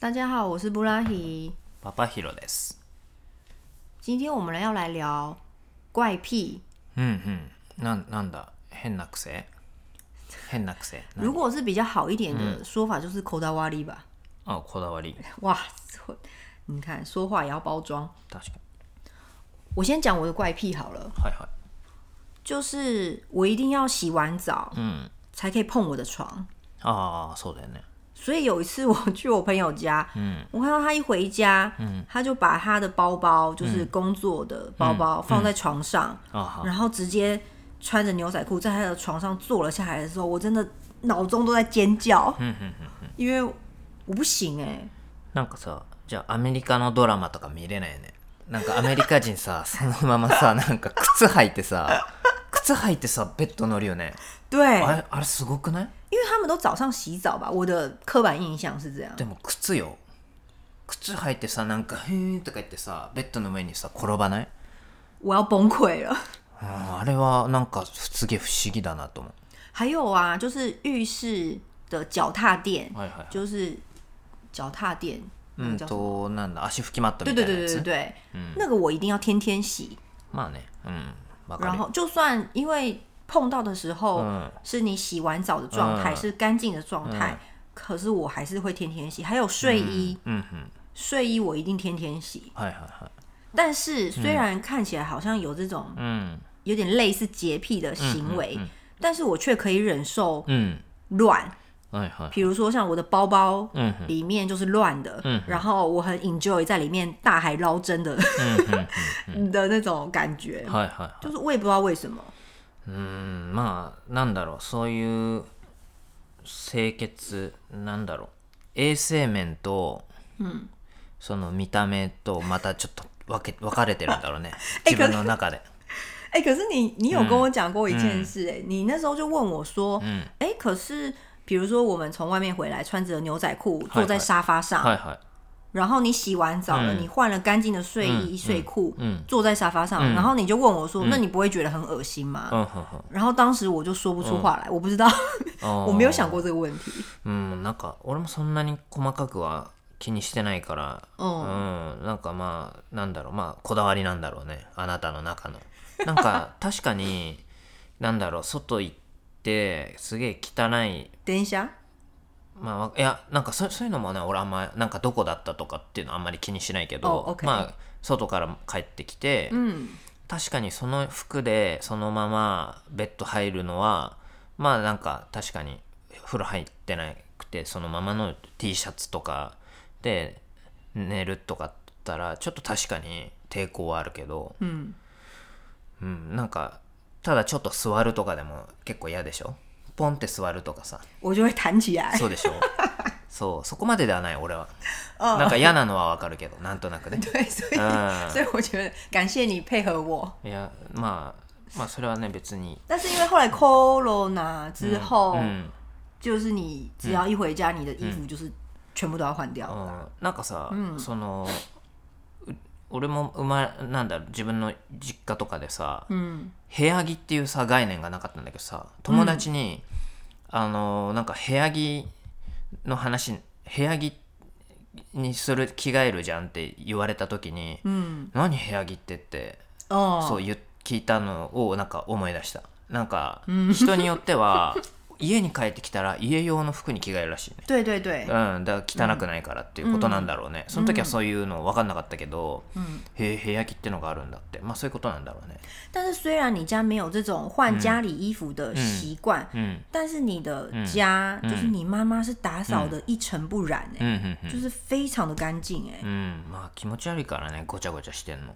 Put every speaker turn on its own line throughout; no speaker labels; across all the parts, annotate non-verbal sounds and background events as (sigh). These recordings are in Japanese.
大家好，我是布拉希。
パパヒロです。
今天我们要来聊怪癖。
うんうん。なんなんだ変な癖変な癖。な
如果是比较好一点的说法，就是口袋瓦力吧。 (laughs)
あこだわり。
哇，我你看说话也要包装。
確かに。
我先讲我的怪癖好了，
はいは
就是我一定要洗完澡
い。うん。
才可以碰我的床。
ああ、そうだよね。
所以有一次我去我朋友家，嗯，我看到他一回家，嗯，他就把他的包包，就是工作的包包，放在床上，
あは。
然后直接穿着牛仔裤在他的床上坐了下来的时候，我真的脑中都在尖叫，因为我不行哎、
なんかさ、じゃあアメリカのドラマとか見れないよね。なんかアメリカ人さ、 (laughs) そのままさ、なんか靴履いてさ、靴履いてさ、ベッド乗るよね。
对，
あれ、あれすごくない
因为他们都早上洗澡吧，我的刻板印象是这样。
でも靴よ。靴履いてさ、なんか、へーとか言ってさ、ベッドの上にさ、転ばない
我要崩溃了。 (laughs)
ああれはなんかすげえ不思議だなと思う。
还有啊，就是浴室的脚踏垫，
はいはいはい。
就是脚踏垫，
う
那个
ん
叫什么
と、なんだ、足拭きマット
对
み
对对
たいなや
对对
つ。
对，那个我一定要天天洗。
まあね、うん、わか
然
る。
后就算因为碰到的时候
嗯
是你洗完澡的状态，
嗯
是干净的状态，可是我还是会天天洗。还有睡衣，
うんうん。
睡衣我一定天天洗。
はいはいはい。
但是虽然看起来好像有这种
うん。
有点类似洁癖的行为，
嗯
但是我却可以忍受
うん。
乱，
はいはい。
比如说像我的包包。
うん
里面就是乱的，
嗯
然后我很 enjoy 在里面大海捞针的、
嗯
(laughs) 的那种感觉
うん。，はいはいはい。
就是我也不知道为什么，
うーんまあなんだろうそういう清潔なんだろう衛生面と、その見た目とまたちょっと分け分かれてるんだろ (laughs) うね自分の中で。
哎、可是你你有跟我讲过一件事、哎、你那时候就问我说，
嗯
哎、可是比如说我们从外面回来，穿着牛仔裤
嗨
坐在沙发上，
はいはい。
然后你洗完澡了，
嗯
你换了干净的睡衣、
嗯
睡裤，
嗯
坐在沙发上，
嗯
然后你就问我说，那你不会觉得很恶心吗？
うんうんうん
然后当时我就说不出
嗯
话来，我不知道，
あー
我没有想过这个问题。
うんなんか俺もそんなに細かくは気にしてないから
うん
うんなんかまあなんだろうまあこだわりなんだろうねあなたの中のなんか確かになんだろう外行ってすげえ汚い
等一下，
まあわ、いやなんかそそういうのもね俺あんまなんかどこだったとかっていうのはあんまり気にしないけ
お
ど、
OK
まあ外から帰ってきて、
嗯，
確かにその服でそのままベッド入るのはまあなんか確かに風呂入ってなくてそのままの T シャツとかで寝るとかだったらちょっと確かに抵抗はあるけど、
嗯，
うん、なんかただちょっと座るとかでも結構嫌でしょポンって座るとかさ
我就会弹起来。 (laughs)
そうでし (laughs) ょそうそこまでではない俺は
哦
なんか嫌なのはわかるけどなんとなくね
对，所以、
嗯
所以我觉得感谢你配合我。
いやまあまあそれはね別に
但是因为后来 corona 之
嗯
后，
うん
就是你只要一回家，你的衣服就是全部都要换掉。
うん、なんかさ、そのう俺も生まれなんだろう自分の実家とかでさ、
嗯
部屋着っていうさ概念がなかったんだけどさ友達に、あのなんか部屋着の話部屋着にする着替えるじゃんって言われた時に「
嗯
何部屋着って」って
哦，
そう言う聞いたのをなんか思い出したなんか人によっ
(laughs)
ては家に帰ってきたら家用の服に着替えるらしいね
对对对，
うん、だから汚くないからっていうことなんだろうね、その時はそういうの分かんなかったけど、
嗯。
へ部屋着ってのがあるんだってまあそういうことなんだろうね
但是虽然你家没有这种换家里衣服的习惯，
うん
但是你的家、就是你妈妈是打扫的一尘不染、
う
哎、
んうんうん
就是非常的干净、哎、
うんまあ気持ち悪いからねごちゃごちゃしてんの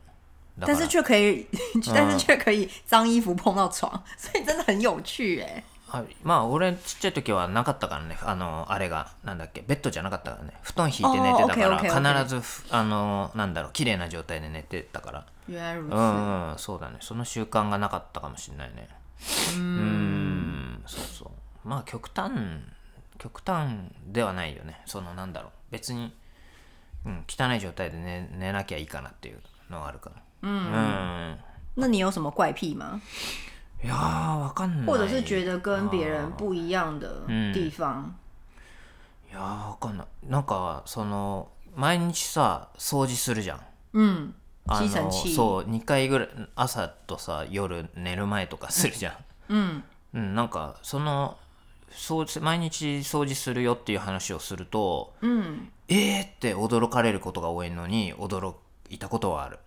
だか
但
ら
是却可以， (laughs) 但是却可以脏衣服碰到床，所以真的很有趣、哎，
あまあ俺ちっちゃい時はなかったからねあのあれがなんだっけベッドじゃなかったからね布団引いて寝て
あー
た
オッケーオッケーオ
か
ッケー
ら必ずふあのなんだろう綺麗な状態で寝てたから
原来如此。
うん、うん、そうだねその習慣がなかったかもしれないねうんそうそうまあ極端極端ではないよねそのなんだろう別に、うん、汚い状態で寝寝なきゃいいかなっていうのはあるからうん、
那你有什么怪癖吗？
いやーわかんない
或者是觉得跟别人不一样的地方？
いいやーわかんないなんかその毎日さ掃除するじゃん
うん。
あ
小さ
の
な地
そう2回ぐらい朝とさ夜寝る前とかするじゃん
うん。
うん、なんかその掃除毎日掃除するよっていう話をすると
うん。
えーって驚かれることが多いのに驚いたことはある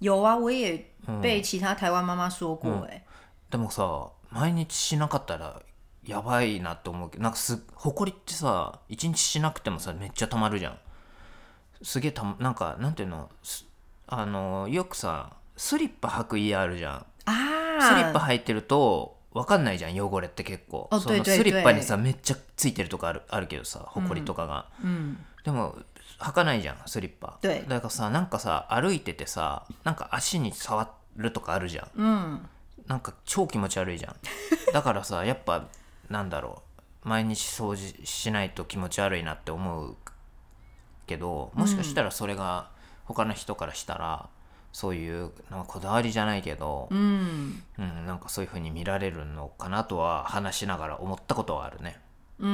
有啊，我也被其他台湾妈妈说过、哎、
でもさ毎日しなかったらやばいなって思うけどなんかすほこりってさ一日しなくてもさめっちゃたまるじゃんすげえたまなんかなんていうのすあのよくさスリッパ履く家あるじゃん
啊，
スリッパ履いてると分かんないじゃん汚れって結構
あ
その
对对
スリッパにさめっちゃついてるとかあるあるけどさほこりとかが、
嗯，
でも履かないじゃんスリッパ
对
だからさなんかさ歩いててさなんか足に触るとかあるじゃん
嗯
なんか超気持ち悪いじ (laughs) ゃんだからさやっぱなんだろう毎日掃除しないと気持ち悪いなって思うけどもしかしたらそれが他の人からしたら、そういうなんかこだわりじゃないけど、
嗯
うん、なんかそういう風に見られるのかなとは話しながら思ったことはあるね。う
嗯，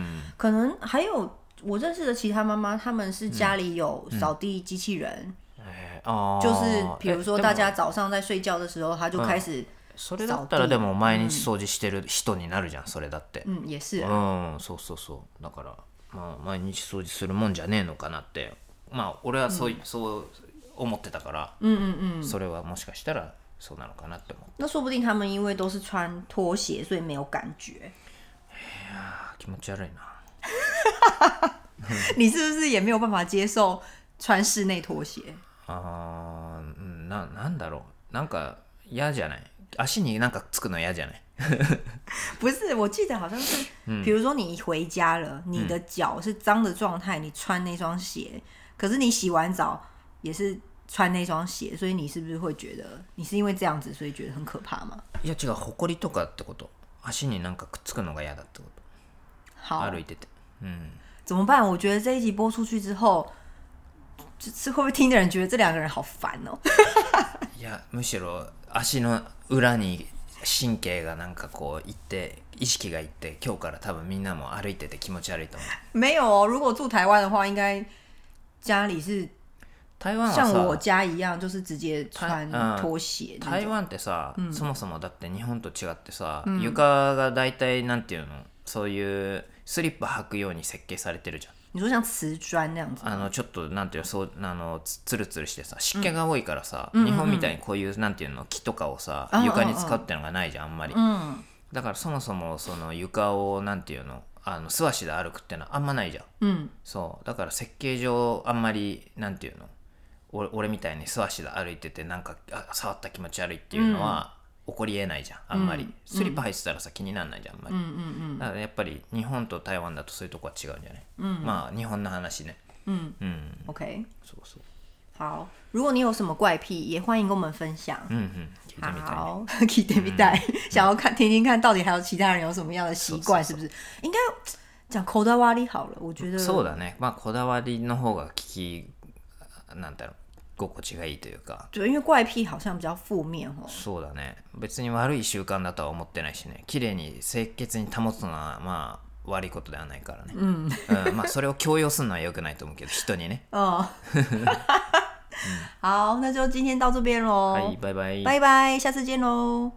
ん、
可能还有我认识的其他妈妈，她们是家里有扫地机器人，
えーあー
就是比如说
え
大
でも
家早上在睡觉的时候，她就开始，
それだったらでも毎日掃除してる人になるじゃん、それだって。
嗯，也是、
うん、そうそうそう。だから、まあ、毎日掃除するもんじゃねえのかなって、まあ、俺はそう,、そう思ってたから、
嗯嗯嗯。
それはもしかしたらそうなのかなって思う。
那说不定他们因为都是穿拖鞋，所以没有感觉。
あー気持ち悪いな。
你是不是也没有办法接受穿室内拖鞋？
あーうんな、なんだろう。なんか嫌じゃない足になんかつくの嫌じゃない
不是，我记得好像是，
嗯
比如说你回家了，你的脚是脏的状态，你穿那双鞋，可是你洗完澡也是穿那双鞋，所以你是不是会觉得你是因为这样子，所以觉得很可怕吗？
いや違う、ほこりとかってこと。足になんかくっつくのが嫌だってこ
好
と。，歩いてて。うん。
怎么办？我觉得这一集播出去之后，就是会不会听的人觉得这两个人好烦哦、 (laughs)
いやむしろ足の裏に神経がなんかこういって意識がいって今日から多分みんなも歩いてて気持ち悪いと思う
没有哦，如果住台湾的话，应该家里是
台湾は
像我
さ
家一样，就是直接穿
啊嗯
拖鞋那
台
种。
湾ってさ、そもそもだって日本と違ってさ、床が大体なんていうのそういうスリッパ履くように設計されてるじゃん
你说像瓷砖那样子，
あのちょっとなんていうのそうあのつつるつるしてさ湿気が多いからさ、日本みたいにこういうなんていうの木とかをさ
うんうんうん
床に使うってのがないじゃんあんまり、
嗯
だからそもそもその床をなんていうのあの素足で歩くってのはあんまないじゃん
嗯
そうだから設計上あんまりなんていうの俺俺みたいに素足で歩いててなんかあ触った気持ち悪いっていうのは起こりえないじゃん、あんまり、スリッパ入ってたらさ気にならないじゃんあんまり、
嗯嗯嗯
だからやっぱり日本と台湾だとそういうとこは違うんじゃない、まあ日本の話ね
嗯
うん
，OK。
そうそう
好，如果你有什么怪癖，也欢迎跟我们分享。
うんうん聞いて
嗯
み
好，聞いて (laughs)
たいね
みたい。想要看听听看到底还有其他人有什么样的习惯，嗯是不是？应该讲口袋瓦里好了，我觉得
そうだねまあこだわりの方が聞きなんだろう心地がいいというか
对，因为怪癖好像比较负面哦。
そうだね別に悪い習慣だとは思ってないしね綺麗に清潔に保つのはまあ悪いことではないからね、うんまあそれを強要するのは良くないと思うけど人にね
(laughs) 嗯，好，那就今天到这边喽，
(laughs) はいバイバイ
拜拜，下次见喽。